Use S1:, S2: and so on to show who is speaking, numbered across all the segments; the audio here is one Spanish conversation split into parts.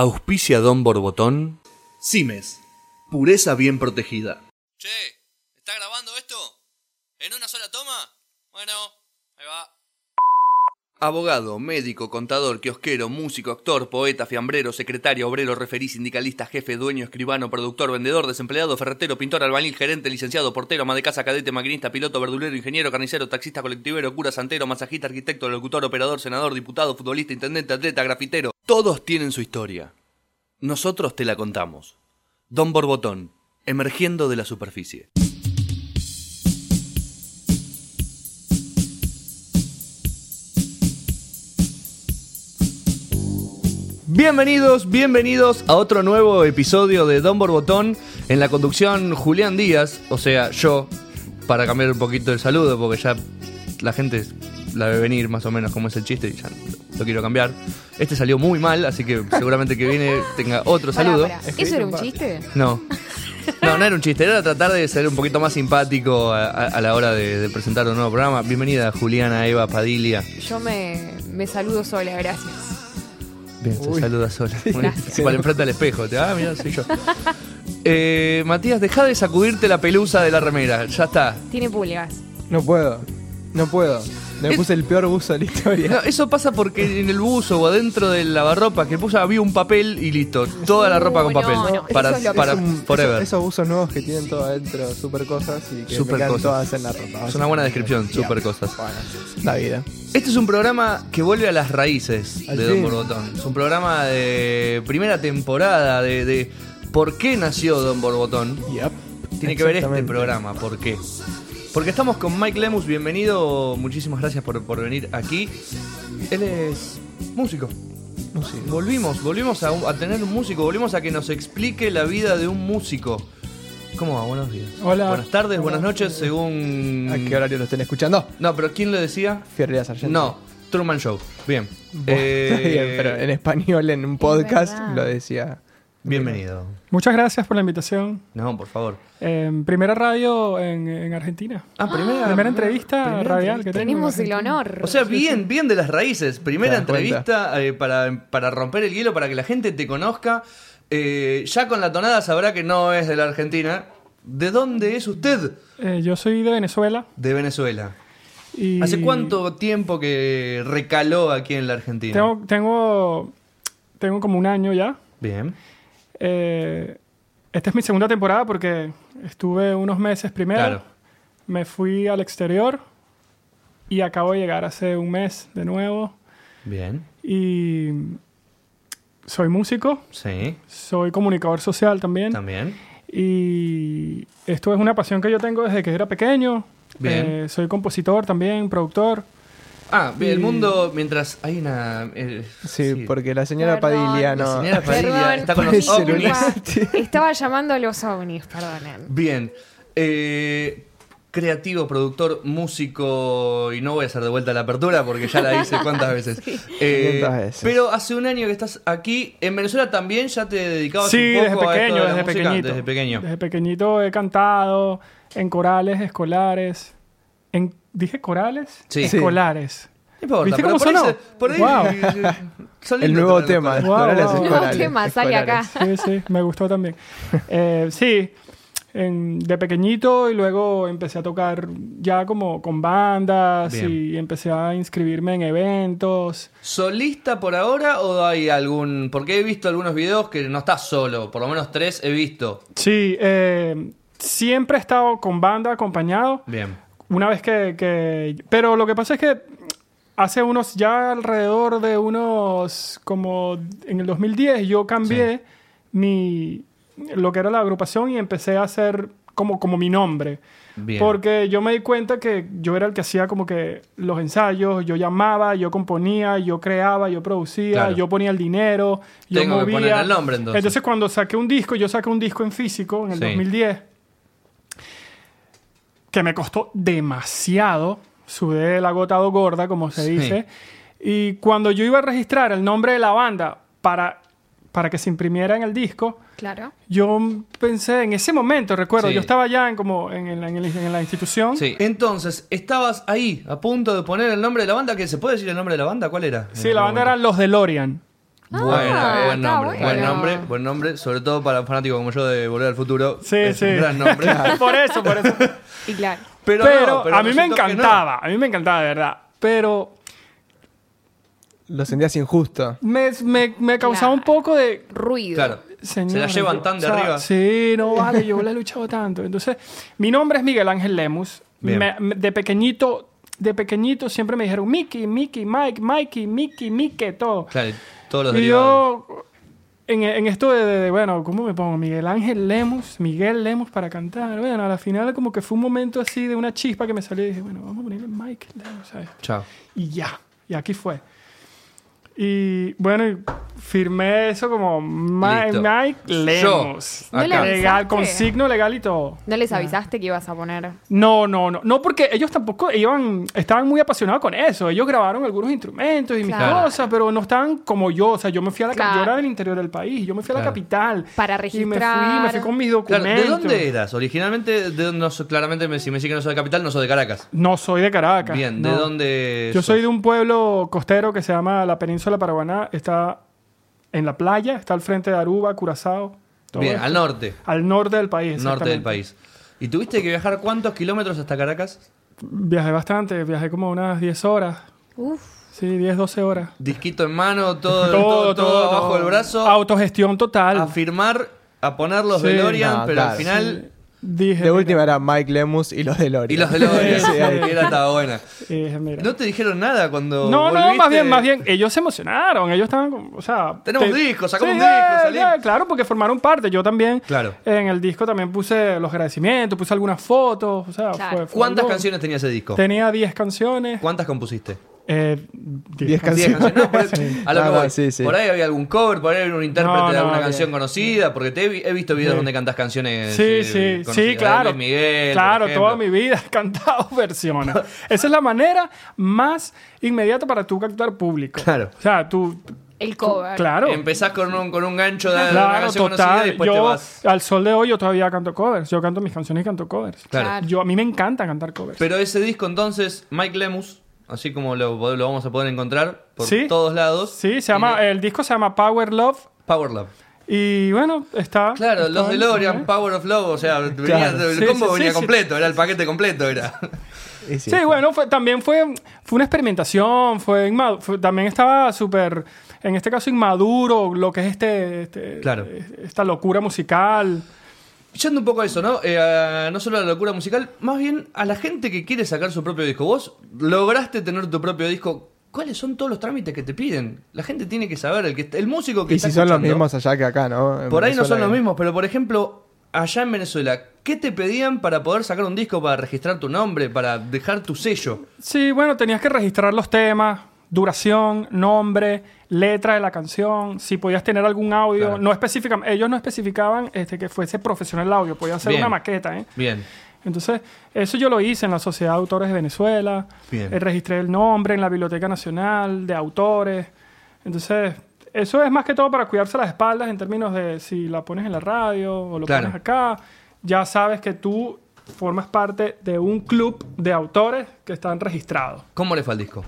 S1: Auspicia Don Borbotón. Cimes. Pureza bien protegida.
S2: Che, ¿está grabando esto? ¿En una sola toma? Bueno, ahí va.
S1: Abogado, médico, contador, kiosquero, músico, actor, poeta, fiambrero, secretario, obrero, referí, sindicalista, jefe, dueño, escribano, productor, vendedor, desempleado, ferretero, pintor, albañil, gerente, licenciado, portero, ama de casa, cadete, maquinista, piloto, verdulero, ingeniero, carnicero, taxista, colectivero, cura, santero, masajista, arquitecto, locutor, operador, senador, diputado, futbolista, intendente, atleta, grafitero. Todos tienen su historia. Nosotros te la contamos. Don Borbotón, emergiendo de la superficie. Bienvenidos, bienvenidos a otro nuevo episodio de Don Borbotón. En la conducción, Julián Díaz, o sea, yo, para cambiar un poquito el saludo, porque ya la gente la ve venir más o menos como es el chiste y ya lo, lo quiero cambiar. Este salió muy mal, así que seguramente que viene tenga otro
S3: Pará,
S1: saludo.
S3: pará. ¿Eso era un chiste?
S1: No. No, no era un chiste, era tratar de ser un poquito más simpático a, a- a la hora de, de presentar un nuevo programa. Bienvenida Juliana Eva Padilla.
S3: Yo me, me saludo sola, gracias.
S1: Bien, te saluda sola.
S3: Gracias.
S1: Para enfrente al espejo, te ah, mira, soy yo. Eh, Matías, deja de sacudirte la pelusa de la remera, ya está.
S3: Tiene pulgas.
S4: No puedo, no puedo. Me
S1: Es-
S4: puse el peor buzo de la historia.
S1: No, eso pasa porque en el buzo o adentro del lavarropa que puso había un papel y listo, toda la ropa con
S3: No,
S1: papel.
S3: no, eso
S1: para
S3: es lo
S1: para
S4: Es un-
S1: forever.
S4: esos- Esos buzos nuevos que tienen todo adentro, super cosas y que
S1: Super
S4: me quedan
S1: cosas.
S4: todas en la ropa.
S1: Es una buena descripción, super cosas.
S4: Bueno, la vida.
S1: Este es un programa que vuelve a las raíces
S4: Al
S1: de Don
S4: fin.
S1: Borbotón. Es un programa de primera temporada de, de por qué nació Don Borbotón.
S4: Yep.
S1: Tiene que ver este
S4: Exactamente.
S1: programa, ¿por qué? Porque estamos con Mike Lemus, bienvenido, muchísimas gracias por, por venir aquí. Él es músico.
S4: No sé.
S1: Volvimos, volvimos a, un- a tener un músico, volvimos a que nos explique la vida de un músico. ¿Cómo va? Buenos días.
S4: Hola.
S1: Buenas tardes,
S4: Hola.
S1: buenas noches, según...
S4: ¿A qué horario lo estén escuchando?
S1: No, pero ¿quién lo decía?
S4: Fierrería Sargento.
S1: No, Truman Show. Bien.
S4: Bueno, está
S1: Eh,
S4: bien, pero en este español, en un podcast,
S3: verdad.
S4: lo decía.
S1: Bienvenido.
S5: Muchas gracias por la invitación.
S1: No, por favor.
S5: Em, primera radio en, en Argentina.
S1: Ah, primera,
S5: primera entrevista
S1: primera
S5: radial
S1: entrevista.
S5: que tengo.
S3: Tenemos el honor.
S1: O sea, bien, bien de las raíces. Primera
S4: Te das cuenta.
S1: entrevista eh, para, para romper el hielo, para que la gente te conozca. Eh, ya con la tonada sabrá que no es de la Argentina. ¿De dónde es usted?
S5: Eh, yo soy de Venezuela.
S1: De Venezuela.
S5: Y
S1: ¿Hace cuánto tiempo que recaló aquí en la Argentina?
S5: Tengo, tengo, tengo como un año ya.
S1: Bien.
S5: Eh, esta es mi segunda temporada porque estuve unos meses primero.
S1: Claro.
S5: Me fui al exterior y acabo de llegar hace un mes de nuevo.
S1: Bien.
S5: Y soy músico,
S1: Sí.
S5: soy comunicador social
S1: También.
S5: Y esto es una pasión que yo tengo desde que era pequeño.
S1: Bien.
S5: Eh, soy compositor también, productor.
S1: Ah, bien, el
S5: Y-
S1: mundo mientras hay una... eh,
S4: Sí, porque la señora
S3: Perdón.
S4: Padilla
S3: La
S4: no.
S1: La señora
S3: Perdón.
S1: Padilla está con los
S3: Disculpa.
S1: ovnis.
S3: Estaba llamando a los ovnis, perdonen.
S1: Bien. Eh, creativo, productor, músico. Y no voy a hacer de vuelta la apertura porque ya la hice cuántas veces. Eh,
S4: 500 veces.
S1: Pero hace un año que estás aquí. En Venezuela también ya te dedicabas
S5: Sí,
S1: un
S5: desde
S1: poco a esto
S5: pequeño,
S1: de la
S5: desde
S1: música?
S5: pequeñito.
S1: Desde pequeño.
S5: Desde pequeñito he cantado en corales escolares. En, ¿Dije corales?
S1: Sí. Sí.
S5: Escolares.
S1: No importa,
S5: ¿Viste
S1: pero
S5: cómo
S1: por ahí
S5: sonó?
S1: se- por ahí,
S5: Guau.
S1: eh, son
S4: El
S1: lindos
S4: nuevo
S1: tener
S4: tema.
S1: los
S5: Wow,
S4: escolares,
S5: wow.
S4: escolares,
S3: Nuevo tema, sale acá.
S4: escolares.
S5: Sí, sí, me gustó también. Eh, sí, en- de pequeñito y luego empecé a tocar ya como con bandas
S1: Bien.
S5: y empecé a inscribirme en eventos.
S1: ¿Solista por ahora o hay algún.? Porque he visto algunos videos que no estás solo, por lo menos tres he visto.
S5: Sí, eh, siempre he estado con banda acompañado.
S1: Bien.
S5: Una vez que, que- Pero lo que pasa es que hace unos. Ya alrededor de unos. Como en el 2010 yo cambié mi. Lo que era la agrupación y empecé a hacer como, como mi nombre.
S1: Bien.
S5: Porque yo me di cuenta que yo era el que hacía como que los ensayos, yo llamaba, yo componía, yo creaba, yo producía,
S1: Claro.
S5: yo ponía el dinero, yo
S1: Tengo que
S5: movía.
S1: poner el nombre, entonces.
S5: cuando saqué un disco, yo saqué un disco en físico en el
S1: Sí.
S5: 2010 que me costó demasiado, sudé la gota gorda, como se
S1: Sí.
S5: dice, y cuando yo iba a registrar el nombre de la banda para, para que se imprimiera en el disco,
S3: Claro.
S5: yo pensé, en ese momento, recuerdo,
S1: Sí.
S5: yo estaba ya en como en, el- en el- en la institución.
S1: Sí, entonces estabas ahí a punto de poner el nombre de la banda, que se puede decir el nombre de la banda, ¿cuál era?
S5: Sí, la banda era Los DeLorean.
S3: Ah,
S1: buen
S3: está
S1: nombre, buen
S3: bueno.
S1: nombre, buen nombre, sobre todo para un fanático como yo de Volver al Futuro.
S5: Sí,
S1: es
S5: sí.
S1: Un gran nombre.
S5: por eso, por eso.
S3: Y claro.
S5: Pero,
S1: no, pero
S5: a mí me
S1: resultó que no.
S5: encantaba, a mí me encantaba, de verdad. Pero
S4: Lo sentías injusto.
S5: me, me- me causaba un
S3: Claro.
S5: poco de...
S3: Ruido.
S1: Claro. Se la
S5: Señores,
S1: llevan
S5: yo-
S1: tan de
S5: o sea,
S1: arriba.
S5: Sí, no vale, yo la he luchado tanto. Entonces, mi nombre es Miguel Ángel Lemus.
S1: Bien.
S5: Me- me- de pequeñito, de pequeñito siempre me dijeron Mickey, Mickey, Mike, Mikey, Mickey, Mickey, todo.
S1: Claro, todos los
S5: y
S1: derivados.
S5: yo, en, en esto de, de- de, bueno, ¿cómo me pongo? Miguel Ángel Lemus, Miguel Lemus para cantar. Bueno, a la final como que fue un momento así de una chispa que me salió y dije, bueno, vamos a ponerle Mike Lemus, ¿sabes?
S1: Chao.
S5: Y ya, y aquí fue. Y bueno, y firmé eso como Ma-
S1: Listo.
S5: Mike
S1: Yo,
S5: Lemos.
S1: ¿No le
S3: acá.
S5: legal,
S3: avisaste?
S5: con signo legal y todo.
S3: ¿No les avisaste que ibas a poner?
S5: No, no, no. No, porque ellos tampoco iban, estaban muy apasionados con eso. Ellos grabaron algunos instrumentos y mis
S3: Claro.
S5: cosas, pero no estaban como yo. O sea, yo me fui a la cap-
S3: Claro.
S5: yo era del interior del país, yo me fui a la
S1: Claro.
S5: capital.
S3: Para
S5: Y me fui, me fui
S3: registrar.
S5: con mis
S1: Claro,
S5: documentos.
S1: ¿de dónde eras? Originalmente, de, no, so- claramente, me- si me dicen que no soy de Capital, no soy de Caracas.
S5: No soy de Caracas.
S1: Bien,
S5: no.
S1: ¿de dónde
S5: Yo
S1: sos?
S5: soy de un pueblo costero que se llama la Península Paraguaná. Está en la playa, está al frente de Aruba, Curazao. todo
S1: Bien,
S5: esto.
S1: al norte,
S5: Al norte del país.
S1: norte del
S5: exactamente.
S1: país. ¿Y tuviste que viajar cuántos kilómetros hasta Caracas?
S5: Viajé bastante, viajé como unas 10 horas.
S3: Uf.
S5: Sí, 10, 12 horas.
S1: Disquito en mano, todo, todo, todo, abajo del brazo.
S5: Autogestión total.
S1: A firmar, a poner los
S5: Sí.
S1: DeLorean,
S4: No,
S1: pero
S4: claro.
S1: al final...
S5: Dije,
S4: De última era Mike Lemus y los de Lori.
S1: Y los DeLorean,
S5: Sí, sí.
S1: que era estaba buena.
S5: mira, eh, dije, mira.
S1: ¿No te dijeron nada cuando
S5: No, no,
S1: volviste?
S5: más bien, más bien. Ellos se emocionaron. Ellos estaban, como, o sea.
S1: Tenemos discos, sacamos
S5: sí,
S1: discos,
S5: eh,
S1: salimos.
S5: eh, claro, porque formaron parte. Yo también.
S1: Claro.
S5: En el disco también puse los agradecimientos, puse algunas fotos. O sea,
S3: Claro.
S5: fue- fue
S1: ¿Cuántas
S5: algo-
S1: canciones tenía ese disco?
S5: Tenía 10 canciones.
S1: ¿Cuántas compusiste?
S5: Eh, 10
S4: Diez
S5: canciones.
S4: canciones.
S1: Diez canciones. No, por, a lo
S5: Ah,
S4: No,
S1: que
S4: no,
S1: voy.
S4: sí, sí.
S1: Por ahí había algún cover, por ahí había un intérprete
S5: No,
S1: de
S5: no,
S1: alguna
S5: bien.
S1: canción conocida, porque te he, vi- he visto videos
S5: Bien.
S1: donde cantas canciones.
S5: Sí,
S1: eh,
S5: sí,
S1: conocidas,
S5: sí,
S1: de
S5: claro.
S1: Luis Miguel, por
S5: claro,
S1: ejemplo.
S5: toda mi vida he cantado versiones. Esa es la manera más inmediata para tú captar público.
S1: Claro.
S5: O sea, tú,
S3: El cover.
S5: claro.
S1: Empezás con un, con un gancho de, de una
S5: Claro,
S1: canción conocida y
S5: total.
S1: después te
S5: Yo
S1: vas.
S5: al sol de hoy yo todavía canto covers. Yo canto mis canciones y canto covers.
S1: Claro.
S3: Claro.
S5: Yo a mí me encanta cantar covers.
S1: Pero ese disco entonces, Mike Lemus, así como lo, lo vamos a poder encontrar por
S5: Sí.
S1: todos lados.
S5: sí, se llama el disco se llama Power Love
S1: Power Love.
S5: y bueno, está
S1: Claro,
S5: está
S1: los
S5: en-
S1: DeLorean,
S5: ¿eh?
S1: Power of Love, o sea, venía- el
S5: Sí,
S1: combo
S5: sí, sí,
S1: venía
S5: sí.
S1: completo, era el paquete completo, era.
S4: Y
S5: Sí, bueno, fue, también fue, fue una experimentación, fue, inma- fue- también estaba súper, en este caso inmaduro, lo que es este, este-
S1: Claro.
S5: esta locura musical.
S1: Yendo un poco a eso, ¿no? Eh, a- no solo a la locura musical, más bien a la gente que quiere sacar su propio disco. Vos lograste tener tu propio disco. ¿Cuáles son todos los trámites que te piden? La gente tiene que saber, el, que, el músico que
S4: Y
S1: está
S4: si son los
S1: escuchando-
S4: mismos allá que acá, ¿no? En
S1: Por ahí no son
S4: Venezuela
S1: los
S4: que-
S1: mismos, pero por ejemplo, allá en Venezuela, ¿qué te pedían para poder sacar un disco, para registrar tu nombre, para dejar tu sello?
S5: Sí, bueno, tenías que registrar los temas, duración, nombre, letra de la canción, si podías tener algún audio,
S1: Claro.
S5: no especifican, ellos no especificaban este, que fuese profesional el audio, podía ser
S1: Bien.
S5: una maqueta, ¿eh?
S1: Bien.
S5: Entonces, eso yo lo hice en la Sociedad de Autores de Venezuela.
S1: Bien.
S5: Eh, registré el nombre en la Biblioteca Nacional de Autores. Entonces, eso es más que todo para cuidarse las espaldas en términos de si la pones en la radio o lo
S1: Claro.
S5: pones acá. Ya sabes que tú formas parte de un club de autores que están registrados.
S1: ¿Cómo le fue al disco?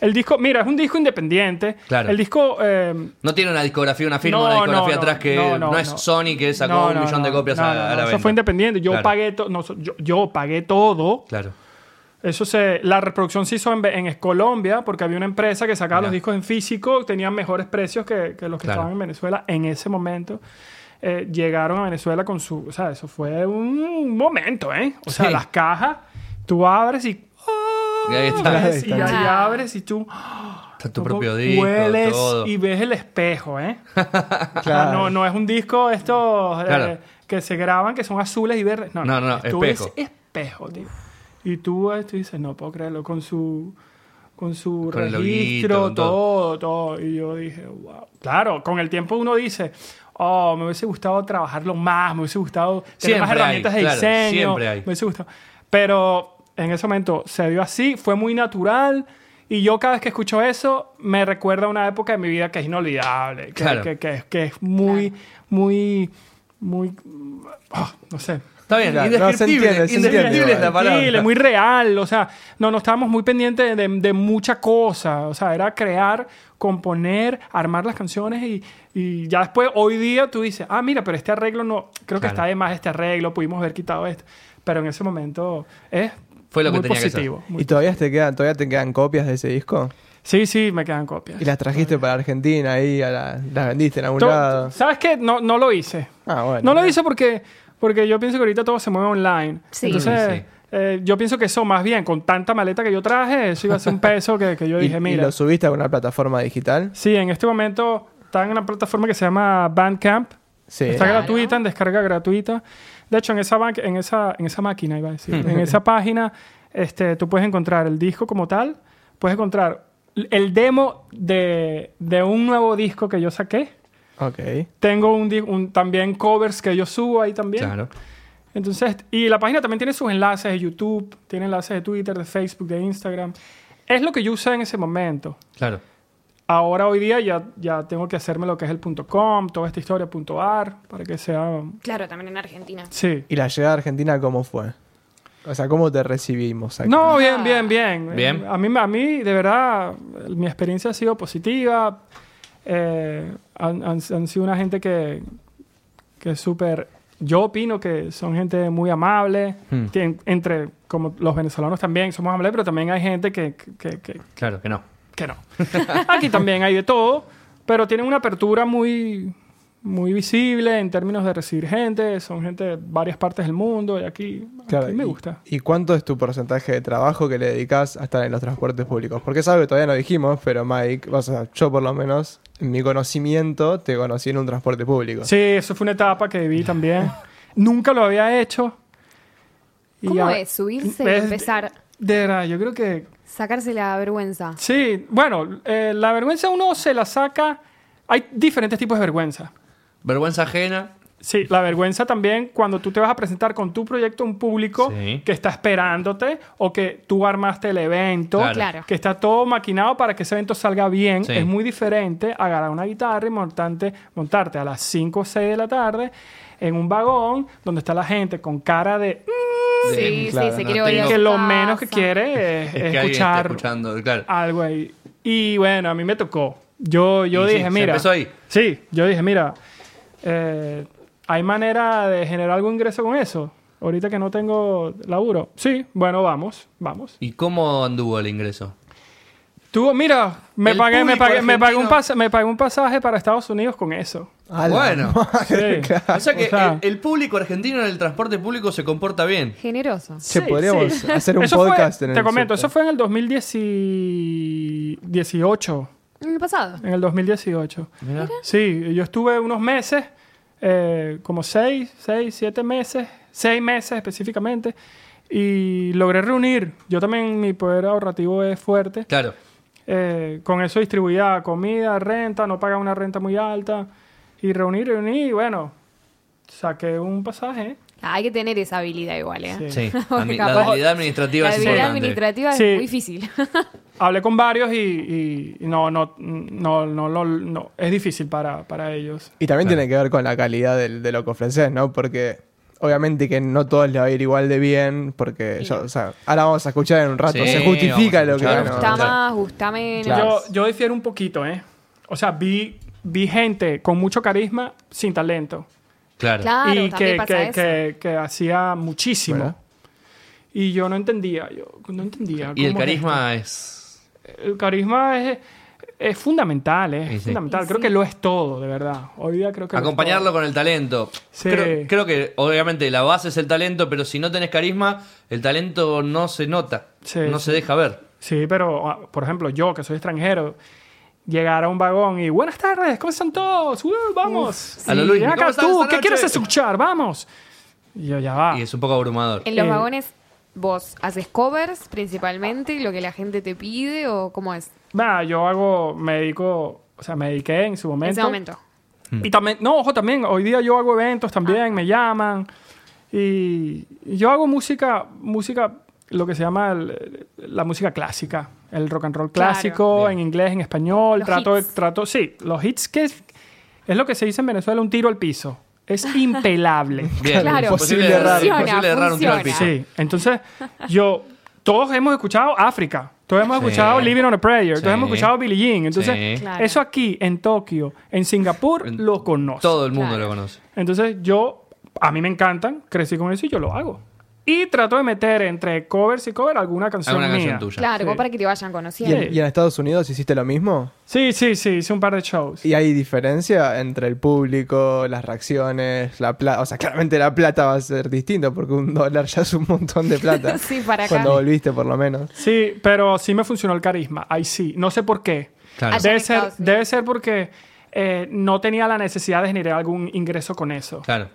S5: El disco, mira, es un disco independiente.
S1: Claro.
S5: El disco eh,
S1: No tiene una discografía, una firma,
S5: No,
S1: una discografía
S5: no,
S1: atrás que no,
S5: no, no,
S1: es
S5: no.
S1: Sony que sacó
S5: no,
S1: un
S5: no,
S1: millón de
S5: no,
S1: copias
S5: no,
S1: a,
S5: no,
S1: a la
S5: no,
S1: venta.
S5: Eso fue independiente. Yo
S1: Claro.
S5: pagué todo. No, so- yo, yo pagué todo.
S1: Claro.
S5: Eso se, la reproducción se hizo en, Ve- en Colombia porque había una empresa que sacaba
S1: Mirá.
S5: los discos en físico, tenían mejores precios que, que los que
S1: Claro.
S5: estaban en Venezuela en ese momento. Eh, llegaron a Venezuela con su, o sea, eso fue un momento, ¿eh? O sea,
S1: Sí.
S5: las cajas, tú abres y,
S1: Y ahí está.
S4: Ahí
S5: abres y,
S4: está.
S5: ahí
S3: Ah.
S5: abres y tú
S1: Está tu
S5: tú
S1: propio disco,
S5: hueles
S1: todo.
S5: y ves el espejo, ¿eh? O sea,
S4: Claro.
S5: no, no es un disco estos eh,
S1: Claro.
S5: que se graban que son azules y verdes. No,
S1: No,
S5: no,
S1: no,
S5: Esto
S1: espejo.
S5: es espejo, tío. Y tú, eh, tú dices, no puedo creerlo, con su, con su
S1: Con el
S5: registro,
S1: loguito, con todo.
S5: todo, todo. Y yo dije, wow. Claro, con el tiempo uno dice, oh, me hubiese gustado trabajarlo más, me hubiese gustado tener más
S1: Siempre hay,
S5: herramientas de
S1: claro,
S5: diseño.
S1: siempre hay.
S5: Me hubiese gustado. Pero en ese momento se dio así, fue muy natural. Y yo cada vez que escucho eso, me recuerda a una época de mi vida que es inolvidable, que,
S1: Claro.
S5: que, que- que es muy, muy muy... ah, no sé.
S6: Está bien,
S4: Claro, no, se
S6: indescriptible.
S4: entiende, se
S6: indescriptible
S4: entiende
S6: es la
S4: igual.
S6: palabra.
S5: eh, muy real, o sea, no, no estábamos muy pendientes de, de mucha cosa, o sea, era crear, componer, armar las canciones y, y ya después, hoy día tú dices, ah, mira, pero este arreglo no, creo que
S1: Claro.
S5: está de más este arreglo, pudimos haber quitado esto, pero en ese momento es
S1: Fue lo que
S5: muy
S1: tenía que ser.
S5: positivo. muy-
S4: ¿Y todavía te, quedan, todavía te quedan copias de ese disco?
S5: Sí, sí, me quedan copias.
S4: ¿Y las trajiste para Argentina ahí? a la- ¿Las vendiste en algún
S5: To-
S4: lado?
S5: ¿Sabes qué? No, no lo hice.
S4: Ah, bueno.
S5: No lo hice porque, porque yo pienso que ahorita todo se mueve online.
S3: Sí.
S5: Entonces,
S1: Sí.
S5: eh, yo pienso que eso, más bien, con tanta maleta que yo traje, eso iba a ser un peso que, que yo
S4: ¿Y,
S5: dije,
S4: y
S5: mira.
S4: lo subiste a una plataforma digital?
S5: Sí, en este momento está en una plataforma que se llama Bandcamp.
S4: Sí.
S5: Está
S3: Claro.
S5: gratuita, en descarga gratuita. De hecho, en esa, ban- en esa, en esa máquina, iba a decir, en esa página, este, tú puedes encontrar el disco como tal, puedes encontrar el demo de, de un nuevo disco que yo saqué.
S4: Ok.
S5: Tengo un, di- un- también covers que yo subo ahí también.
S1: Claro.
S5: Entonces, y la página también tiene sus enlaces de YouTube, tiene enlaces de Twitter, de Facebook, de Instagram. Es lo que yo usé en ese momento.
S1: Claro.
S5: Ahora, hoy día, ya, ya tengo que hacerme lo que es el .com, toda esta historia, .ar, para que sea...
S3: Claro, también en Argentina.
S5: Sí.
S4: ¿Y la llegada a Argentina cómo fue? O sea, ¿cómo te recibimos acá?
S5: No, bien, bien, bien.
S1: Bien.
S5: A mí, a mí de verdad, mi experiencia ha sido positiva. Eh, han, han- han sido una gente que, que es súper... Yo opino que son gente muy amable.
S4: Hmm.
S5: Tien- entre, como los venezolanos también somos amables, pero también hay gente que- que- que,
S1: Claro que no.
S5: que no. Aquí también hay de todo, pero tienen una apertura muy, muy visible en términos de recibir gente. Son gente de varias partes del mundo y aquí,
S4: Claro,
S5: aquí me
S4: y-
S5: gusta.
S4: ¿Y cuánto es tu porcentaje de trabajo que le dedicas a estar en los transportes públicos? Porque es algo que todavía no dijimos, pero Mike, vas a, yo por lo menos, en mi conocimiento, te conocí en un transporte público.
S5: Sí, eso fue una etapa que viví también. Nunca lo había hecho. Y
S3: ¿Cómo
S5: ahora-
S3: es? Subirse y
S5: Es-
S3: empezar.
S5: De verdad, yo creo que
S3: Sacarse la vergüenza.
S5: sí. Bueno, eh, la vergüenza uno se la saca. Hay diferentes tipos de vergüenza.
S1: Vergüenza ajena.
S5: Sí, la vergüenza también cuando tú te vas a presentar con tu proyecto a un público
S1: Sí.
S5: que está esperándote o que tú armaste el evento,
S1: Claro.
S3: Claro.
S5: que está todo maquinado para que ese evento salga bien.
S1: Sí.
S5: Es muy diferente agarrar una guitarra y montarte, montarte a las 5 o 6 de la tarde en un vagón donde está la gente con cara de... "Mm,
S3: Sí,
S1: de-
S3: sí,
S4: claro,
S3: se
S1: no
S3: quiere
S1: tengo-
S3: oír.
S5: que lo menos que quiere es,
S1: Es que alguien esté
S5: escuchar
S1: escuchando, claro.
S5: algo ahí. Y bueno, a mí me tocó. Yo, yo
S1: Y sí,
S5: dije,
S1: se
S5: mira.
S1: empezó ahí.
S5: Sí, yo dije, mira, eh, ¿hay manera de generar algún ingreso con eso? Ahorita que no tengo laburo. Sí, bueno, vamos, vamos.
S1: ¿Y cómo anduvo el ingreso?
S5: Tú, mira, me
S1: El
S5: pagué, me
S1: público
S5: pagué, me pagué un
S1: argentino.
S5: pasa- me pagué un pasaje para Estados Unidos con eso.
S4: A la
S1: Bueno.
S4: madre.
S5: Sí.
S1: O sea que
S5: O sea-
S1: el, el público argentino en el transporte público se comporta bien.
S3: Generoso.
S4: Che, podríamos hacer un
S5: Eso fue-
S4: podcast en el
S5: Te comento,
S4: subte.
S5: eso fue en el 2018.
S3: En el pasado.
S5: En el 2018. Sí, yo estuve unos meses, eh, como seis, seis, siete meses, seis meses específicamente, y logré reunir. Yo también, mi poder ahorrativo es fuerte.
S1: Claro.
S5: Eh, con eso distribuía comida, renta, no pagaba una renta muy alta. Y reunir, reunir, y bueno, saqué un pasaje.
S3: Ah, Hay que tener esa habilidad igual, ¿eh?
S1: Sí.
S3: Porque
S1: Admi-
S3: capaz-
S1: la habilidad administrativa
S3: La
S1: es
S3: habilidad
S1: importante.
S3: administrativa es
S5: Sí.
S3: muy difícil.
S5: Hablé con varios y, y no, no, no, no, no, no, es difícil para, para ellos.
S4: Y también tiene que ver con la calidad del, de lo que ofreces, ¿no? Porque obviamente que no todos le va a ir igual de bien, porque yo, o sea, ahora vamos a escuchar en un rato.
S1: Sí,
S4: se justifica
S1: vamos a
S4: lo
S1: escuchar.
S4: que ganó.
S3: gusta
S1: claro.
S3: más, gusta menos.
S4: Claro.
S5: Yo, yo difiero un poquito, ¿eh? O sea, vi, vi gente con mucho carisma sin talento.
S1: Claro.
S3: Claro,
S5: y
S3: también
S5: que,
S3: pasa
S5: que,
S3: eso.
S5: que- que hacía muchísimo.
S4: Bueno.
S5: Y yo no entendía, yo no entendía.
S1: Y el
S5: cómo es
S1: carisma es.
S5: esto. El carisma es, es fundamental, es
S1: Sí, sí.
S5: fundamental.
S3: Y
S5: Creo
S3: sí.
S5: que lo es todo, de verdad. Hoy día creo que... lo es
S1: Acompañarlo
S5: todo.
S1: con el talento.
S5: Sí.
S1: Creo, creo que obviamente la base es el talento, pero si no tenés carisma, el talento no se nota.
S5: Sí,
S1: no
S5: sí.
S1: se deja ver.
S5: Sí, pero, ah, por ejemplo, yo que soy extranjero, llegar a un vagón y buenas tardes, ¿cómo están todos? ¡Uh, vamos.
S1: A lo
S5: Sí,
S1: Luis,
S5: ven
S1: ¿cómo
S5: acá
S1: están
S5: tú,
S1: esta
S5: ¿qué quieres
S1: noche?
S5: escuchar? Vamos. Y yo ya va.
S1: Y es un poco abrumador.
S3: En los
S5: Eh.
S3: vagones, vos haces covers principalmente, lo que la gente te pide o cómo es.
S5: Nada, yo hago, me dedico, o sea, me dediqué en su
S3: En
S5: momento.
S3: ese momento.
S5: Y también, no, ojo, también, hoy día yo hago eventos también,
S3: Ah.
S5: me llaman. Y yo hago música, música, lo que se llama el- la música clásica, el rock and roll
S3: Claro.
S5: clásico, en inglés, en español.
S3: Los
S5: trato, de-
S3: hits.
S5: trato, sí, los hits que es, es lo que se dice en Venezuela, un tiro al piso. es impelable.
S1: Bien,
S3: Claro.
S1: imposible
S4: Funciona,
S1: errar, imposible errar un tiro al
S3: funciona.
S1: piso.
S5: Sí, entonces yo, todos hemos escuchado África, todos hemos
S1: Sí.
S5: escuchado Living on a Prayer,
S1: Sí.
S5: todos hemos escuchado Billie Jean, entonces
S1: Sí.
S3: Claro.
S5: eso aquí en Tokio, en Singapur,
S1: En
S5: lo conozco.
S1: Todo el mundo
S3: Claro.
S1: lo conoce.
S5: Entonces yo, a mí me encantan, crecí con eso y yo lo hago. Y trato de meter entre covers y cover alguna canción
S1: Alguna
S5: mía.
S1: canción tuya.
S3: Claro,
S5: Sí.
S3: como para que te vayan
S4: ¿Y
S3: conociendo.
S5: Sí.
S4: en, y en Estados Unidos hiciste lo mismo?
S5: Sí, sí, sí, hice un par de shows.
S4: ¿Y hay diferencia entre el público, las reacciones, la plata? O sea, claramente la plata va a ser distinta porque un dólar ya es un montón de plata.
S3: Sí, para acá.
S4: Cuando volviste, por lo menos.
S5: Sí, pero sí me funcionó el carisma, ahí sí, no sé por qué.
S1: Claro.
S3: Allá-
S5: Debe
S3: en
S5: ser,
S3: Estados Unidos.
S5: debe ser porque eh, no tenía la necesidad de generar algún ingreso con eso.
S1: Claro.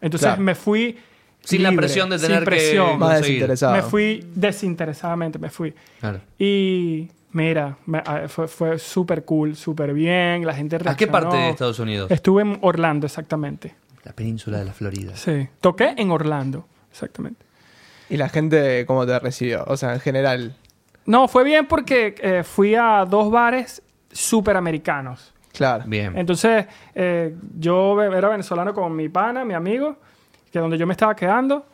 S5: Entonces
S4: Claro.
S5: me fui.
S1: Sin la
S5: libre,
S1: presión de
S5: sin
S1: tener que-
S5: presión.
S4: Más
S1: Conseguir.
S4: desinteresado.
S5: Me fui desinteresadamente, me fui.
S1: claro.
S5: Y mira, me- ah, fue, fue súper cool, súper bien. La gente
S1: ¿A qué
S5: reaccionó.
S1: parte de Estados Unidos?
S5: Estuve en Orlando, exactamente.
S1: La península de la Florida.
S5: Sí. Toqué en Orlando, exactamente.
S4: ¿Y la gente cómo te recibió? O sea, en general.
S5: No, fue bien porque eh, fui a dos bares súper americanos.
S4: Claro.
S1: Bien.
S5: Entonces, eh, yo era venezolano con mi pana, mi amigo, que donde yo me estaba quedando,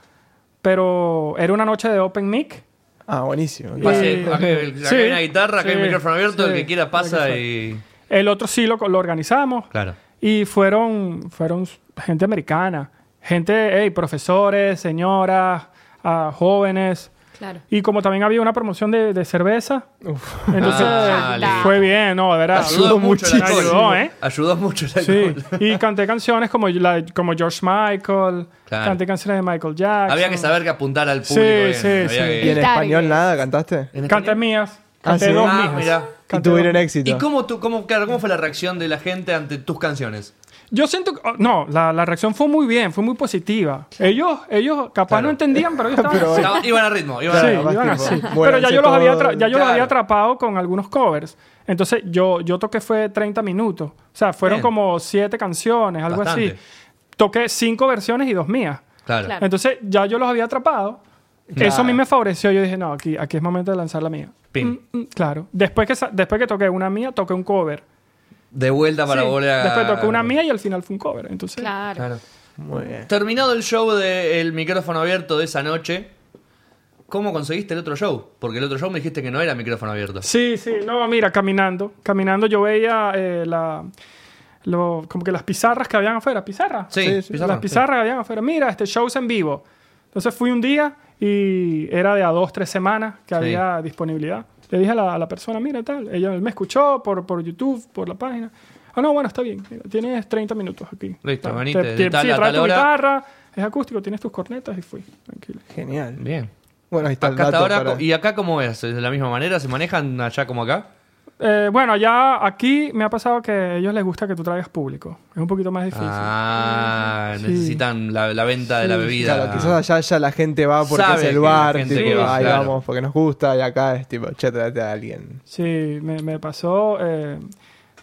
S5: pero era una noche de open mic.
S4: Ah, buenísimo.
S5: Y-
S1: Pase, acá, acá
S5: eh, Sí,
S1: hay una guitarra, acá hay un
S5: sí,
S1: micrófono abierto, el
S5: sí,
S1: que quiera
S5: lo
S1: pasa
S5: que sea.
S1: y.
S5: El otro sí lo, lo organizamos
S1: Claro.
S5: y fueron, fueron gente americana, gente, hey, profesores, señoras, ah, jóvenes.
S3: Claro.
S5: Y como también había una promoción de, de cerveza,
S4: Uf.
S5: entonces
S1: Ah,
S3: listo.
S5: fue bien, no, de verdad.
S1: Ayudó mucho el alcohol.
S5: Ayudó, ¿eh?
S1: Ayudó mucho el
S5: Sí,
S1: alcohol.
S5: y canté canciones como, la- como George Michael,
S1: Claro.
S5: canté canciones de Michael Jackson.
S1: Había que saber que apuntar al público.
S5: Sí,
S1: bien,
S5: sí,
S1: había
S5: sí.
S1: que-
S4: ¿Y en
S3: Claro
S4: español
S3: que-
S4: nada cantaste?
S1: ¿En
S5: Canté
S1: español?
S5: mías,
S4: Ah,
S5: canté
S4: ¿sí?
S5: dos
S1: Ah,
S5: mías.
S1: mira.
S4: Y
S5: Canté
S4: tuvieron
S5: dos.
S4: éxito.
S1: ¿Y cómo, tú, cómo, claro, cómo fue la reacción de la gente ante tus canciones?
S5: Yo siento que, oh, no, la, la reacción fue muy bien, fue muy positiva. Ellos, ellos capaz
S1: Claro.
S5: no entendían, pero ellos estaban
S4: Pero-
S5: así.
S1: Estaba- iban a ritmo, iban a
S5: Sí,
S1: ritmo.
S4: capaz
S5: iban
S4: tipo,
S5: así.
S4: bueno,
S5: pero ya
S4: hice
S5: yo, los había,
S4: todo,
S5: atra- ya yo los
S1: claro.
S5: había atrapado con algunos covers. Entonces yo, yo toqué fue 30 minutos. O sea, fueron
S1: Bien.
S5: como siete canciones, algo así.
S1: Bastante.
S5: Toqué cinco versiones y dos mías.
S1: Claro.
S3: Claro.
S5: Entonces ya yo los había atrapado. Eso a mí me favoreció. Yo dije, no, aquí, aquí es momento de lanzar la mía.
S1: Pim.
S5: Mm, mm, claro. Después que, sa- después que toqué una mía, toqué un cover.
S1: De vuelta Ah, para
S5: Sí.
S1: volver a.
S5: Después toqué una mía y al final fue un cover. Entonces,
S3: Claro.
S1: Claro.
S4: Muy bien.
S1: Terminado el show del micrófono abierto de esa noche, ¿cómo conseguiste el otro show? Porque el otro show me dijiste que no era micrófono abierto.
S5: Sí, sí, no, mira, caminando, caminando yo veía eh, la, lo- como que las pizarras que habían afuera, pizarra.
S1: Sí,
S4: Sí, sí,
S1: pizarra,
S5: las pizarras que habían afuera, mira, este show es en vivo. Entonces fui un día y era de a dos, tres semanas
S1: Sí.
S5: que había disponibilidad. Le dije a la, a la persona, mira, tal, ella me escuchó por, por YouTube, por la página. Ah, no, bueno, está bien, mira, tienes 30 minutos aquí.
S1: Listo,
S5: Tal,
S1: venite, de tal
S5: sí,
S1: a
S5: trae
S1: tal
S5: tu
S1: hora.
S5: guitarra, es acústico, tienes tus cornetas y fui, tranquilo.
S4: Genial.
S1: Bien.
S4: Bueno, ahí está el
S1: Acá hasta
S4: dato.
S1: ahora,
S4: para-
S1: ¿Y acá cómo es? ¿De la misma manera? ¿Se manejan allá como acá?
S5: Eh, bueno, allá aquí me ha pasado que a ellos les gusta que tú traigas público. Es un poquito más difícil.
S1: Ah,
S5: Sí.
S1: necesitan la, la venta de la bebida.
S4: Claro, quizás allá ya la gente va porque
S1: Sabe
S4: es
S1: que
S4: el
S1: la
S4: bar,
S1: gente
S4: tipo,
S1: que va,
S4: ahí
S1: claro.
S4: vamos porque nos gusta y acá es tipo, che, trate a alguien.
S5: Sí, me, me pasó. eh,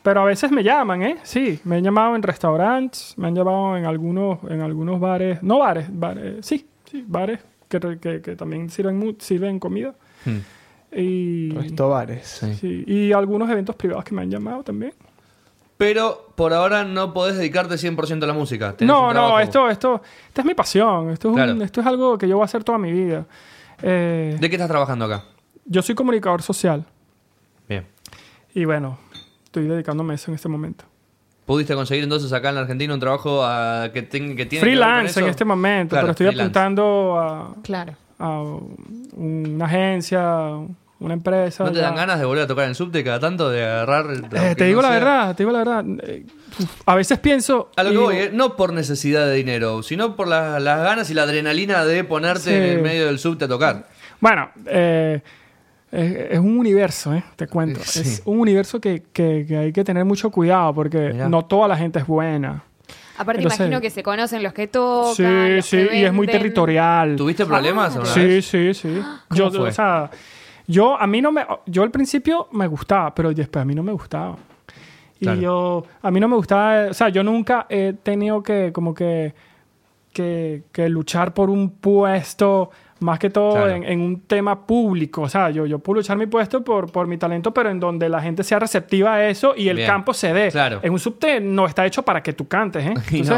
S5: pero a veces me llaman, ¿eh? Sí, me han llamado en restaurantes, me han llamado en algunos, en algunos bares. No bares, bares sí, sí, bares que, re- que- que también sirven, mu- sirven comida.
S1: Hmm.
S5: Y,
S4: Restobares.
S1: Sí.
S5: sí, y algunos eventos privados que me han llamado también.
S1: Pero por ahora no podés dedicarte 100% a la música. Tenés
S5: No,
S1: un
S5: no,
S1: trabajo.
S5: esto, esto, esta es mi pasión. Esto es, un-
S1: Claro.
S5: esto es algo que yo voy a hacer toda mi vida. Eh,
S1: ¿De qué estás trabajando acá?
S5: Yo soy comunicador social
S1: Bien.
S5: y bueno, estoy dedicándome a eso en este momento.
S1: ¿Pudiste conseguir entonces acá en la Argentina un trabajo ah, que, tenga- que tiene que ver con
S5: Freelance en
S1: eso?
S5: este momento,
S1: Claro,
S5: pero estoy
S1: freelance.
S5: apuntando a,
S3: Claro.
S5: a una agencia, una empresa.
S1: ¿No te
S5: ya.
S1: dan ganas de volver a tocar en subte cada tanto? De agarrar el
S5: Eh,
S1: trabajo que
S5: te digo
S1: no
S5: la
S1: sea?
S5: verdad, te digo la verdad. eh, uf, a veces pienso.
S1: A lo
S5: y
S1: que
S5: digo,
S1: voy, eh, no por necesidad de dinero, sino por la- las ganas y la adrenalina de ponerte
S5: Sí.
S1: en el medio del subte a tocar.
S5: Bueno, eh, es, es un universo, eh, te cuento.
S1: Sí.
S5: Es un universo que, que- que hay que tener mucho cuidado porque
S1: Mirá.
S5: no toda la gente es buena.
S3: Aparte,
S5: Entonces-
S3: imagino que se conocen los que tocan.
S5: sí,
S3: los
S5: sí,
S3: que
S5: y es muy
S3: venden.
S5: territorial.
S1: ¿Tuviste problemas alguna
S5: Sí,
S1: vez?
S5: sí, sí. Yo,
S1: fue?
S5: o sea, yo a mí no me, yo al principio me gustaba, pero después a mí no me gustaba. Y
S1: Claro.
S5: yo, a mí no me gustaba, eh, o sea, yo nunca he tenido que, como que, que, que luchar por un puesto, más que todo
S1: Claro.
S5: en, en un tema público. O sea, yo, yo puedo luchar mi puesto por, por mi talento, pero en donde la gente sea receptiva a eso y el
S1: Bien.
S5: campo se dé.
S1: Claro.
S5: En un subte no está hecho para que tú cantes, ¿eh?
S1: Y
S5: Entonces,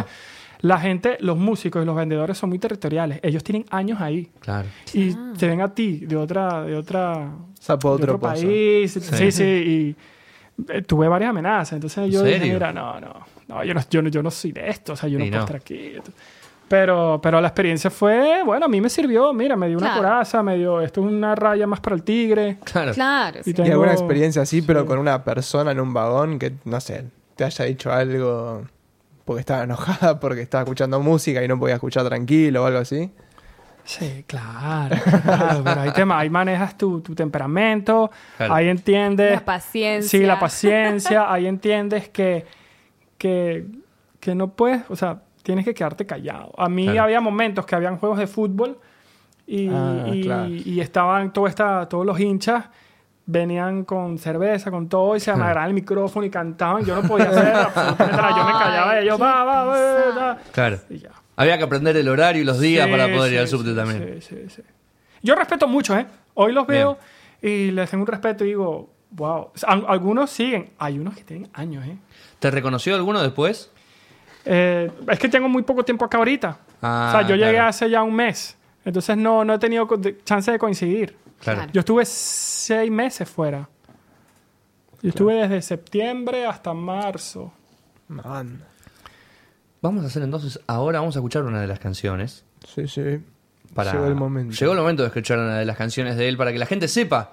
S1: no.
S5: la gente, los músicos y los vendedores son muy territoriales. Ellos tienen años ahí.
S1: Claro.
S5: Y te ven a ti de otra, de otra,
S4: Sapo
S5: de
S4: otro,
S5: otro
S4: pozo.
S5: país. Sí, sí. y eh, tuve varias amenazas. Entonces yo
S1: ¿En
S5: dije,
S1: serio?
S5: mira, no, no, no, yo no, yo no, yo no soy de esto. O sea, yo no
S1: Y
S5: puedo
S1: no.
S5: estar aquí. Pero, pero la experiencia fue, bueno, a mí me sirvió. Mira, me dio una
S3: Claro.
S5: coraza, me dio, esto es una raya más para el tigre.
S1: Claro.
S3: Claro, sí.
S5: Y te-
S4: Y alguna
S5: Tengo-
S4: experiencia así, pero
S5: sí.
S4: con una persona en un vagón que, no sé, te haya dicho algo porque estaba enojada, porque estaba escuchando música y no podía escuchar tranquilo o algo así.
S5: Sí, claro. claro, pero ahí, te- ahí manejas tu, tu temperamento,
S1: Claro.
S5: ahí entiendes.
S3: La paciencia.
S5: Sí, la paciencia, ahí entiendes que, que, que no puedes, o sea, tienes que quedarte callado. A mí
S1: Claro.
S5: había momentos que habían juegos de fútbol y,
S4: Ah,
S5: y-
S4: claro.
S5: y estaban toda esta, todos los hinchas. Venían con cerveza, con todo, y se amarraban el micrófono y cantaban. Yo no podía hacer absolutamente nada. Yo me callaba,
S3: Ay,
S5: ellos,
S3: qué
S5: va, va, va,
S3: pesado.
S5: va",
S1: Claro.
S5: Y ya.
S1: Había que aprender el horario y los días
S5: Sí,
S1: para poder
S5: sí,
S1: ir al subte
S5: sí,
S1: también.
S5: sí, sí, sí. Yo respeto mucho, ¿eh? Hoy los veo y les tengo un respeto y digo, wow. Al- Algunos siguen, hay unos que tienen años, ¿eh?
S1: ¿Te reconoció alguno después?
S5: Eh, es que tengo muy poco tiempo acá ahorita.
S1: Ah,
S5: o sea, yo llegué
S1: claro.
S5: hace ya un mes. Entonces no, no he tenido co- de- chance de coincidir.
S1: Claro.
S3: Claro.
S5: Yo estuve seis meses fuera. Yo estuve desde septiembre hasta marzo.
S4: Una banda.
S1: Vamos a hacer entonces, ahora vamos a escuchar una de las canciones.
S4: Sí, sí.
S1: Para...
S4: Llegó el momento.
S1: Llegó el momento de escuchar una de las canciones de él para que la gente sepa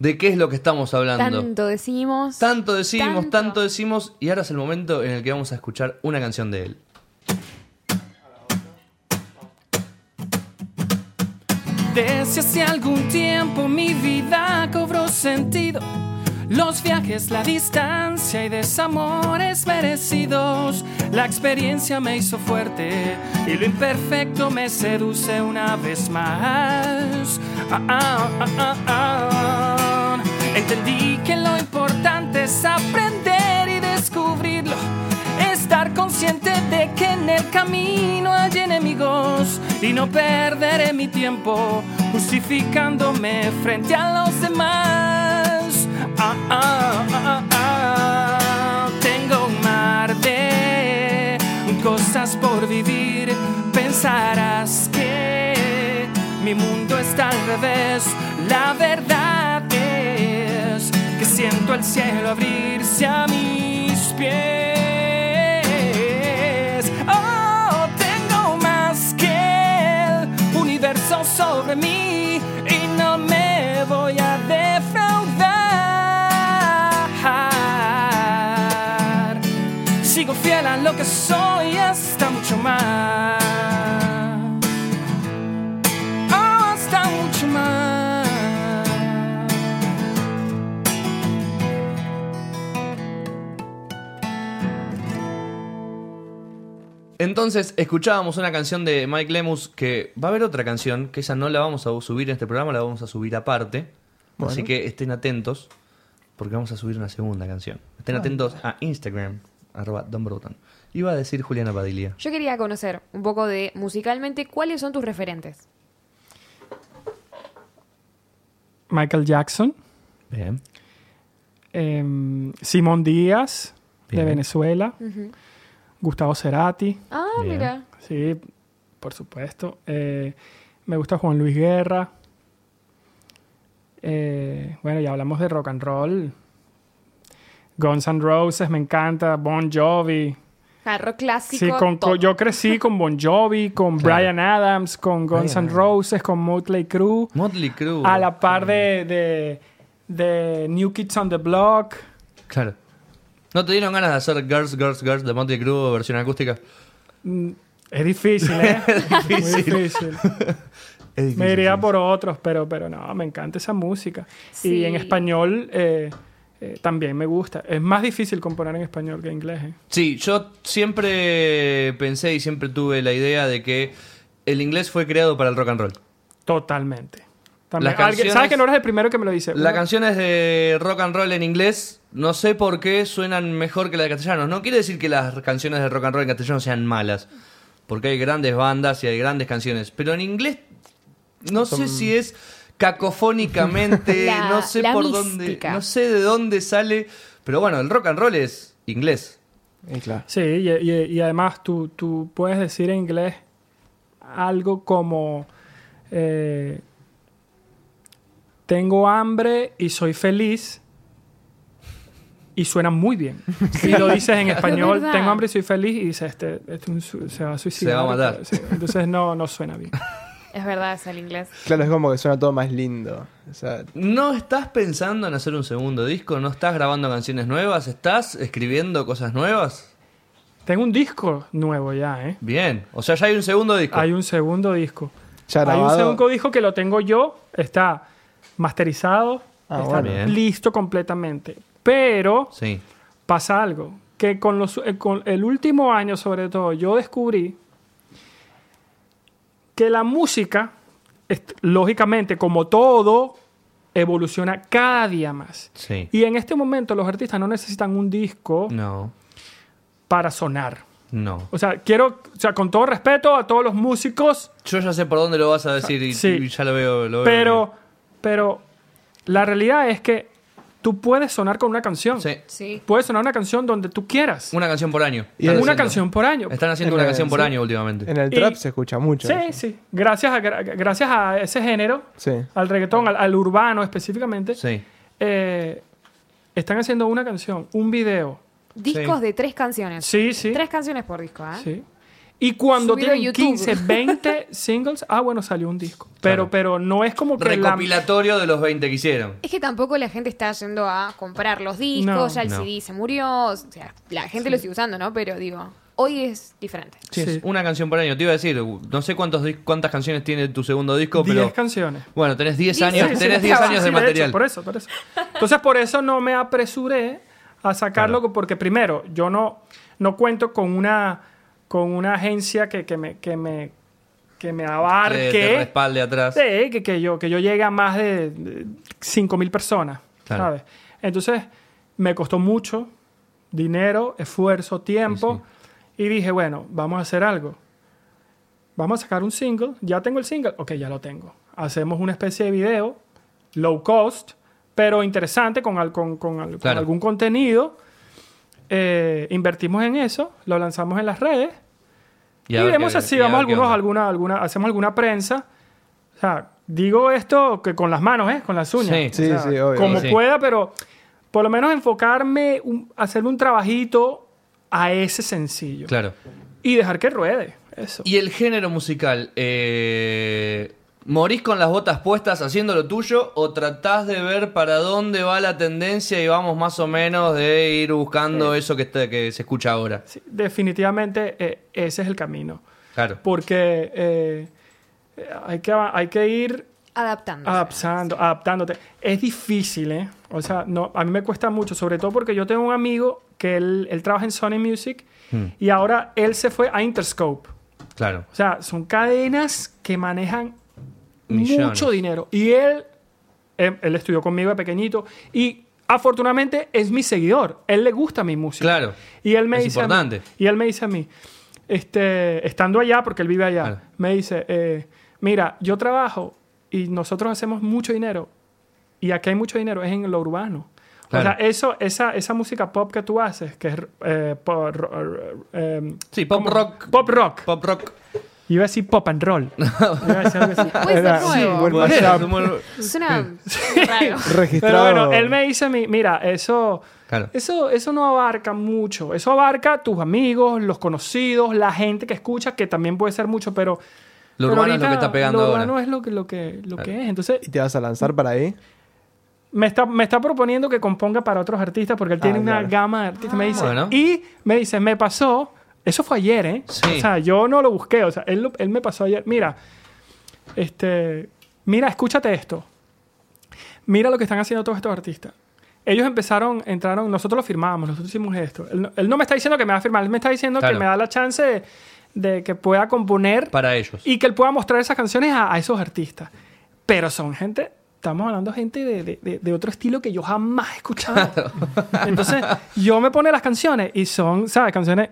S1: de qué es lo que estamos hablando.
S3: Tanto decimos.
S1: Tanto decimos, tanto.
S3: Tanto.
S1: decimos, y ahora es el momento en el que vamos a escuchar una canción de él.
S7: Desde hace algún tiempo mi vida cobró sentido. Los viajes, la distancia y desamores merecidos. La experiencia me hizo fuerte y lo imperfecto me seduce una vez más. Ah, ah, ah, ah, ah. Entendí que lo importante es aprender y descubrirlo. Estar consciente de que en el camino hay enemigos y no perderé mi tiempo justificándome frente a los demás. Ah, ah, ah, ah, ah. Tengo un mar de cosas por vivir. Pensarás que mi mundo está al revés. La verdad es que siento el cielo abrirse a mis pies. Oh, tengo más que el universo sobre mí y no me voy a defraudar. Sigo fiel a lo que soy hasta mucho más. Oh, hasta mucho más.
S1: Entonces, escuchábamos una canción de Mike Lemus que va a haber otra canción, que esa no la vamos a subir en este programa, la vamos a subir aparte. Así que estén atentos, porque vamos a subir una segunda canción.
S5: Ah.
S1: Estén atentos a Instagram, arroba Don Broughton. Iba a decir Juliana Padilla.
S3: Yo quería conocer un poco de musicalmente cuáles son tus referentes.
S5: Michael Jackson,
S1: Bien.
S5: em, Simón Díaz, de
S1: Bien.
S5: Venezuela, Gustavo Cerati,
S3: Ah,
S1: Bien.
S3: mira.
S5: Sí, por supuesto. Eh, me gusta Juan Luis Guerra. Eh, bueno, ya hablamos de rock and roll. Guns N' Roses, me encanta. Bon Jovi.
S3: Ah, rock clásico.
S5: Sí, con-
S3: todo.
S5: con- yo crecí con Bon Jovi, con Brian Adams, con Guns
S1: Bryan
S5: N' Roses, con Motley Crue.
S1: Motley Crue.
S5: A la par de, de, de New Kids on the Block.
S1: Claro. ¿No te dieron ganas de hacer Girls, Girls, Girls de Motley Crue versión acústica?
S5: Es difícil, ¿eh?
S1: difícil.
S5: Muy difícil.
S1: Es difícil,
S5: Me iría
S1: sí.
S5: por otros, pero, pero no, me encanta esa música.
S3: Sí.
S5: Y en español eh, eh, también me gusta. Es más difícil componer en español que en inglés. ¿eh?
S1: Sí, yo siempre pensé y siempre tuve la idea de que el inglés fue creado para el rock and roll.
S5: Totalmente. También,
S1: Las
S5: alguien-
S1: canciones-
S5: ¿Sabes que no eres el primero que me lo dice?
S1: Las
S5: Uno-
S1: canciones de rock and roll en inglés, no sé por qué suenan mejor que las de castellano. No quiere decir que las canciones de rock and roll en castellano sean malas, porque hay grandes bandas y hay grandes canciones, pero en inglés no sé si es cacofónicamente,
S3: La-
S1: no sé
S3: la
S1: por dónde,
S3: mística.
S1: no sé de dónde sale, pero bueno, el rock and roll es inglés.
S4: Y claro.
S5: Sí, y, y- y además tú, tú puedes decir en inglés algo como eh, tengo hambre y soy feliz y suena muy bien. Si lo dices en español,
S3: verdad.
S5: tengo hambre y soy feliz y dices, este, este es un su- se va a suicidar.
S1: Se va a matar.
S5: Sí, entonces no, no suena bien.
S3: Es verdad, es el inglés.
S4: Claro, es como que suena todo más lindo. O sea,
S1: No estás pensando en hacer un segundo disco, no estás grabando canciones nuevas, estás escribiendo cosas nuevas.
S5: Tengo un disco nuevo ya, ¿eh?
S1: Bien, o sea, ya hay un segundo disco.
S5: Hay un segundo disco.
S4: ya
S5: Hay un
S4: grabado.
S5: segundo disco que lo tengo yo, está masterizado,
S4: Ah,
S5: está
S1: bueno. Bien.
S5: listo completamente. Pero
S1: Sí.
S5: pasa algo, que con, los, eh, con el último año sobre todo yo descubrí que la música, est- lógicamente, como todo, evoluciona cada día más.
S1: Sí.
S5: Y en este momento los artistas no necesitan un disco
S1: No,
S5: para sonar.
S1: no.
S5: O sea, quiero, o sea, con todo respeto a todos los músicos,
S1: Yo ya sé por dónde lo vas a decir y,
S5: Sí.
S1: y ya lo veo. lo veo
S5: Pero, pero la realidad es que tú puedes sonar con una canción.
S1: venir. Sí.
S3: Sí.
S5: Puedes sonar una canción donde tú quieras. Una,
S1: Una canción por año.
S4: Y
S1: Están
S4: es-
S1: haciendo.
S5: canción por año.
S1: Están haciendo
S4: En
S1: una
S4: la-
S1: canción por
S4: sí.
S1: año últimamente.
S4: En el
S5: Y-
S4: trap se escucha mucho.
S5: Sí,
S4: eso.
S5: sí. Gracias a, gra- gracias a ese género,
S4: Sí.
S5: al reggaetón, al, al urbano específicamente,
S1: Sí.
S5: eh, están haciendo una canción, un video.
S3: Discos
S1: Sí.
S3: de tres canciones.
S5: Sí, sí.
S3: Tres canciones por disco, ¿ah?
S5: sí. Y cuando
S3: Subido a
S5: tienen
S3: YouTube.
S5: 15, 20 singles, ah, bueno, salió un disco. Pero,
S1: Claro.
S5: pero no es como que la,
S1: Recopilatorio de los 20 que hicieron.
S3: Es que tampoco la gente está yendo a comprar los discos,
S5: No.
S3: ya el
S1: No.
S3: CD se murió, o sea, la gente lo sigue usando, ¿no? Pero digo, hoy es diferente.
S1: Sí,
S5: Sí.
S1: es una canción por año. Te iba a decir, no sé cuántos dis- cuántas canciones tiene tu segundo disco,
S5: 10
S1: pero.
S5: canciones.
S1: Bueno, tenés 10
S3: Diez
S1: años,
S3: años.
S1: tenés
S3: Sí,
S1: 10
S3: sí,
S1: años de
S5: Sí, hecho,
S1: material.
S5: por eso, por eso. Entonces, por eso no me apresuré a sacarlo, porque primero, yo no, no cuento con una, con una agencia que, que me, que, me, que me
S1: Que Eh, te
S5: abarque.
S1: respalde atrás.
S5: Sí, que, que yo, que yo llegue a más de de 5.000 personas,
S1: Claro.
S5: ¿sabes? Entonces, me costó mucho dinero, esfuerzo, tiempo, y dije, bueno, vamos a hacer algo. Vamos a sacar un single, ya tengo el single, ok, ya lo tengo. Hacemos una especie de video, low cost, pero interesante, con, al- con- con al- con
S1: Claro.
S5: algún contenido. Eh, invertimos en eso, lo lanzamos en las redes, y,
S1: a ver
S5: vemos
S1: qué-
S5: así,
S1: y a
S5: vamos
S1: ver
S5: algunos,
S1: qué onda.
S5: alguna, alguna, hacemos alguna prensa. O sea, digo esto que con las manos, ¿eh? Con las uñas.
S1: Sí.
S5: O sea,
S4: Sí, sí, obvio.
S5: Como
S1: Sí.
S5: pueda, pero por lo menos enfocarme, un- hacerle un trabajito a ese sencillo.
S1: Claro.
S5: Y dejar que ruede. Eso.
S1: Y el género musical, eh, ¿morís con las botas puestas haciendo lo tuyo o tratás de ver para dónde va la tendencia y vamos más o menos de ir buscando eso que, está- que se escucha ahora?
S5: Sí, definitivamente eh, ese es el camino.
S1: Claro.
S5: Porque eh, eh, hay, que, av- hay que ir
S3: Adaptando.
S5: Ah, Adaptando, adaptándote. Es difícil, ¿eh? O sea, no, a mí me cuesta mucho, sobre todo porque yo tengo un amigo que él, él trabaja en Sony Music
S1: Hmm.
S5: y ahora él se fue a Interscope.
S1: Claro.
S5: O sea, son cadenas que manejan
S1: Millones.
S5: mucho dinero. Y él, él, él estudió conmigo de pequeñito y afortunadamente es mi seguidor. Él le gusta mi música.
S1: Claro.
S5: Y él me
S1: Es
S5: dice a mí-
S1: importante.
S5: y él me dice a mí, este, estando allá, porque él vive allá,
S1: Claro.
S5: me dice, eh, mira, yo trabajo y nosotros hacemos mucho dinero. Y aquí hay mucho dinero, es en lo urbano.
S1: Claro.
S5: O sea, eso, esa, esa música pop que tú haces, que es... eh, por- eh,
S1: Sí, pop
S5: ¿cómo?
S1: rock.
S5: Pop rock.
S1: Pop rock.
S5: Iba a decir pop and roll. Iba a decir algo así.
S3: Puede ser
S4: Era-
S3: nuevo.
S4: sí, buen
S1: Bueno,
S4: mashup
S1: somos-
S3: Suena raro.
S5: Pero
S4: registrado.
S5: bueno, él me dice, a mí, mira, eso,
S1: Claro.
S5: eso, eso no abarca mucho. Eso abarca tus amigos, los conocidos, la gente que escucha, que también puede ser mucho, pero...
S1: Lo
S5: pero
S1: urbano es lo que está pegando
S5: Lo
S1: ahora.
S5: urbano es lo que, lo que, lo que es. Entonces,
S4: ¿Y te vas a lanzar para ahí?
S5: me está, me está proponiendo que componga para otros artistas porque él tiene una
S4: claro.
S5: gama de artistas. me dice,
S1: Ah, Bueno.
S5: Y me dice, me pasó, eso fue ayer, ¿eh?
S1: Sí.
S5: O sea, yo no lo busqué, o sea, él, lo- él me pasó ayer, mira, este, mira, escúchate esto. Mira lo que están haciendo todos estos artistas. Ellos empezaron, entraron, nosotros lo firmamos, nosotros hicimos esto. Él no, él no me está diciendo que me va a firmar, él me está diciendo
S1: Claro.
S5: que me da la chance de, de que pueda componer
S1: Para ellos.
S5: y que él pueda mostrar esas canciones a, a esos artistas. Pero son gente, estamos hablando de gente de, de- de- de otro estilo que yo jamás he escuchado. Entonces, yo me pone las canciones y son, ¿sabes? Canciones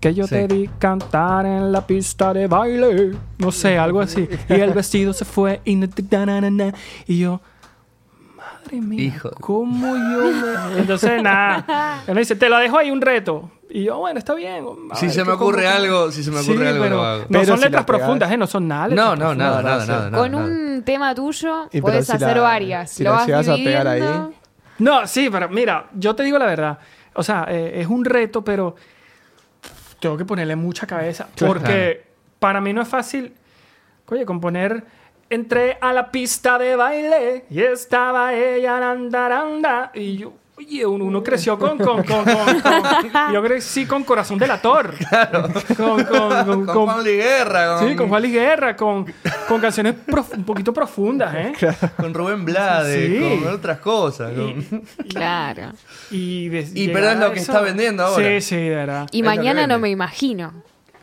S5: que yo
S1: Sí.
S5: te vi cantar en la pista de baile. No sé, algo así. Y el vestido se fue y, no te- na, na, na, na. y yo, Madre mía.
S1: Hijo de-
S5: ¿Cómo yo me.? Entonces, nada. Él me dice, te lo dejo ahí un reto. Y yo, bueno, está bien. a
S1: Si
S5: ver,
S1: se
S5: tú
S1: me ocurre
S5: cómo-
S1: algo, si se me
S5: Sí,
S1: ocurre algo,
S5: pero
S1: lo hago.
S8: Pero
S5: no son
S8: si la
S5: letras
S8: pegás.
S5: profundas, ¿eh? No son nada. letras
S1: No, no,
S8: profunda,
S1: nada,
S4: nada,
S1: nada, nada.
S3: Con
S1: nada.
S3: un tema tuyo
S4: Y pero
S3: podés
S4: si la-
S3: hacer varias.
S4: si
S3: lo
S4: la
S3: vas
S4: llegas a pegar ahí-
S3: dividiendo.
S5: No, sí, pero mira, yo te digo la verdad. O sea, eh, es un reto, pero tengo que ponerle mucha cabeza.
S1: Claro.
S5: Porque para mí no es fácil, oye, componer. Entré a la pista de baile y estaba ella, randaranda. Y yo, oye, uno, uno creció con, con, con, con, con- Yo crecí con Corazón Delator. Claro. Con, con, con,
S1: Con
S5: con-
S1: Juan Luis Guerra, con,
S5: sí, con Juan Luis Guerra, con, con canciones prof- un poquito profundas, ¿eh?
S1: con Rubén Blades,
S5: Sí.
S1: con otras cosas. con-
S5: Y-
S3: Claro.
S5: Y, de-
S1: Y,
S5: llegar
S1: pero es
S5: a
S1: lo que
S5: eso-
S1: está vendiendo ahora.
S5: Sí, sí, de verdad.
S3: Y
S1: Es lo que
S3: mañana no
S1: vende.
S3: me imagino.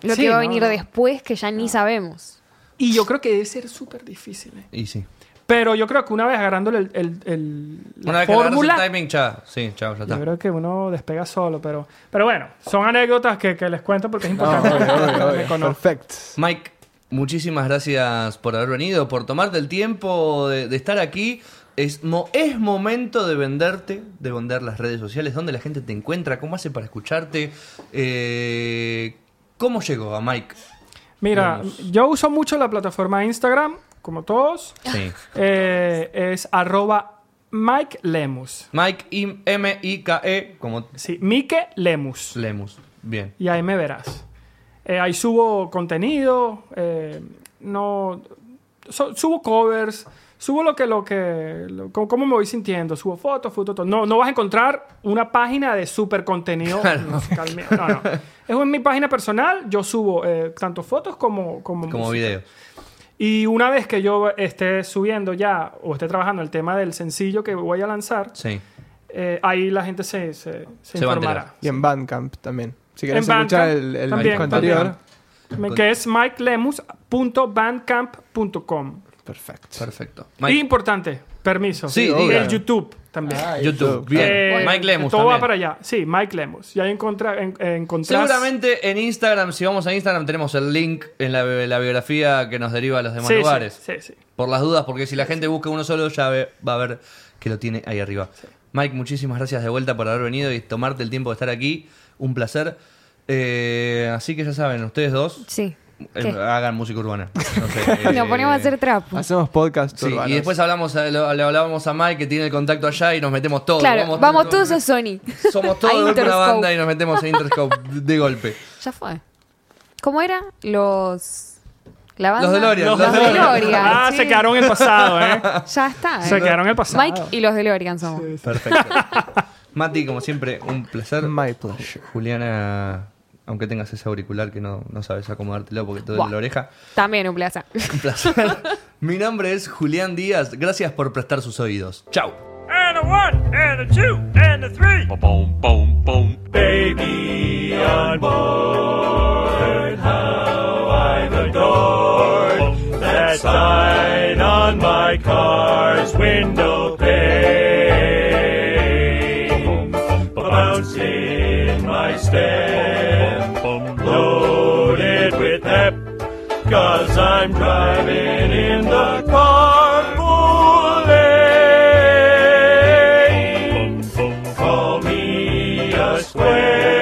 S3: Lo
S5: Sí,
S3: que va a
S5: no,
S3: venir
S5: no.
S3: después que ya ni sabemos.
S5: Y yo creo que debe ser súper difícil. ¿eh?
S1: Y sí.
S5: Pero yo creo que una vez agarrándole el, el- el-
S1: Una
S5: la
S1: vez que agarras el
S5: fórmula,
S1: timing, chao. Sí, chao, ya está.
S5: yo creo que uno despega solo. Pero, pero bueno, son anécdotas que, que les cuento porque es
S4: No,
S5: importante.
S4: obvio, obvio,
S5: que
S4: obvio.
S5: me conozcan.
S4: Perfect.
S1: Mike, muchísimas gracias por haber venido, por tomarte el tiempo de, de estar aquí. Es, mo- es momento de venderte, de vender las redes sociales, dónde la gente te encuentra, cómo hace para escucharte. Eh, ¿Cómo llegó a Mike?
S5: Mira, yo uso mucho la plataforma Instagram, como todos.
S1: Sí.
S5: Eh, es arroba Mike Lemus.
S1: Mike I- M-I-K-E, como
S5: Sí, Mike Lemus.
S1: Lemus. Bien.
S5: y ahí me verás. Eh, ahí subo contenido, eh, no so- subo covers, subo lo que lo que lo- cómo, cómo me voy sintiendo, subo fotos, fotos, todo. no no vas a encontrar una página de super contenido musical mío. No, no. Es en mi página personal, yo subo eh, tanto fotos como como,
S1: Como
S5: música.
S1: video.
S5: Y una vez que yo esté subiendo ya o esté trabajando el tema del sencillo que voy a lanzar,
S1: Sí.
S5: eh, ahí la gente se se, se
S1: Se va a
S5: informará.
S1: enterar.
S4: Y en Bandcamp también. Si querés
S5: En
S4: escuchar el,
S5: Bandcamp,
S4: el
S5: también,
S4: disco anterior.
S5: también. Me- que es mikelemus.bandcamp.com.
S4: Perfecto.
S1: Perfecto.
S5: Y
S1: Mike,
S5: importante, permiso.
S1: Sí,
S5: el
S1: obvio.
S5: YouTube también.
S1: YouTube.
S4: YouTube,
S1: Bien.
S5: Eh,
S1: Mike Lemus.
S5: Todo va
S1: también.
S5: para allá. Sí, Mike Lemus. Y ahí encontra, en, encontrás-
S1: Seguramente en Instagram, si vamos a Instagram, tenemos el link en la, bi- la biografía que nos deriva a los demás
S5: Sí, sí,
S1: lugares.
S5: Sí, sí.
S1: Por las dudas, porque si la gente busca uno solo, ya ve- va a ver que lo tiene ahí arriba. Mike, muchísimas gracias de vuelta por haber venido y tomarte el tiempo de estar aquí. Un placer. Eh, así que ya saben, ustedes dos
S3: Sí.
S1: eh,
S3: ¿Qué?
S1: hagan música urbana. No sé, eh,
S3: Nos ponemos a hacer trapo.
S4: Hacemos podcast
S1: Sí,
S4: urbanos.
S1: y después hablamos, a- lo- le hablábamos a Mike que tiene el contacto allá y nos metemos todos.
S3: Claro, vamos, todos a
S1: todos-
S3: Sony.
S1: Somos todos
S3: A
S1: de una
S3: Interscope.
S1: banda y nos metemos a Interscope de golpe.
S3: Ya fue. ¿Cómo era? Los. La banda.
S1: Los DeLorean,
S3: Los,
S1: los DeLorean.
S3: DeLorean,
S5: Ah,
S3: sí.
S5: se quedaron en el pasado, ¿eh?
S3: Ya está. eh.
S5: se quedaron en el pasado.
S3: Mike y los DeLorean somos.
S1: Perfecto. Mati, como siempre, un placer.
S4: My pleasure.
S1: Juliana, aunque tengas ese auricular que no, no sabes acomodártelo porque te
S3: Buah.
S1: duele la oreja,
S3: También un placer.
S1: un placer. Mi nombre es Julián Díaz. Gracias por prestar sus oídos. Chau.
S9: and a one and a two and a three. Boom, boom, boom, boom. Baby on board, how I've adored that sign on my car's window pane. Bounced in my stem, loaded with hep, cause I'm driving in the carpool lane. Call me a square.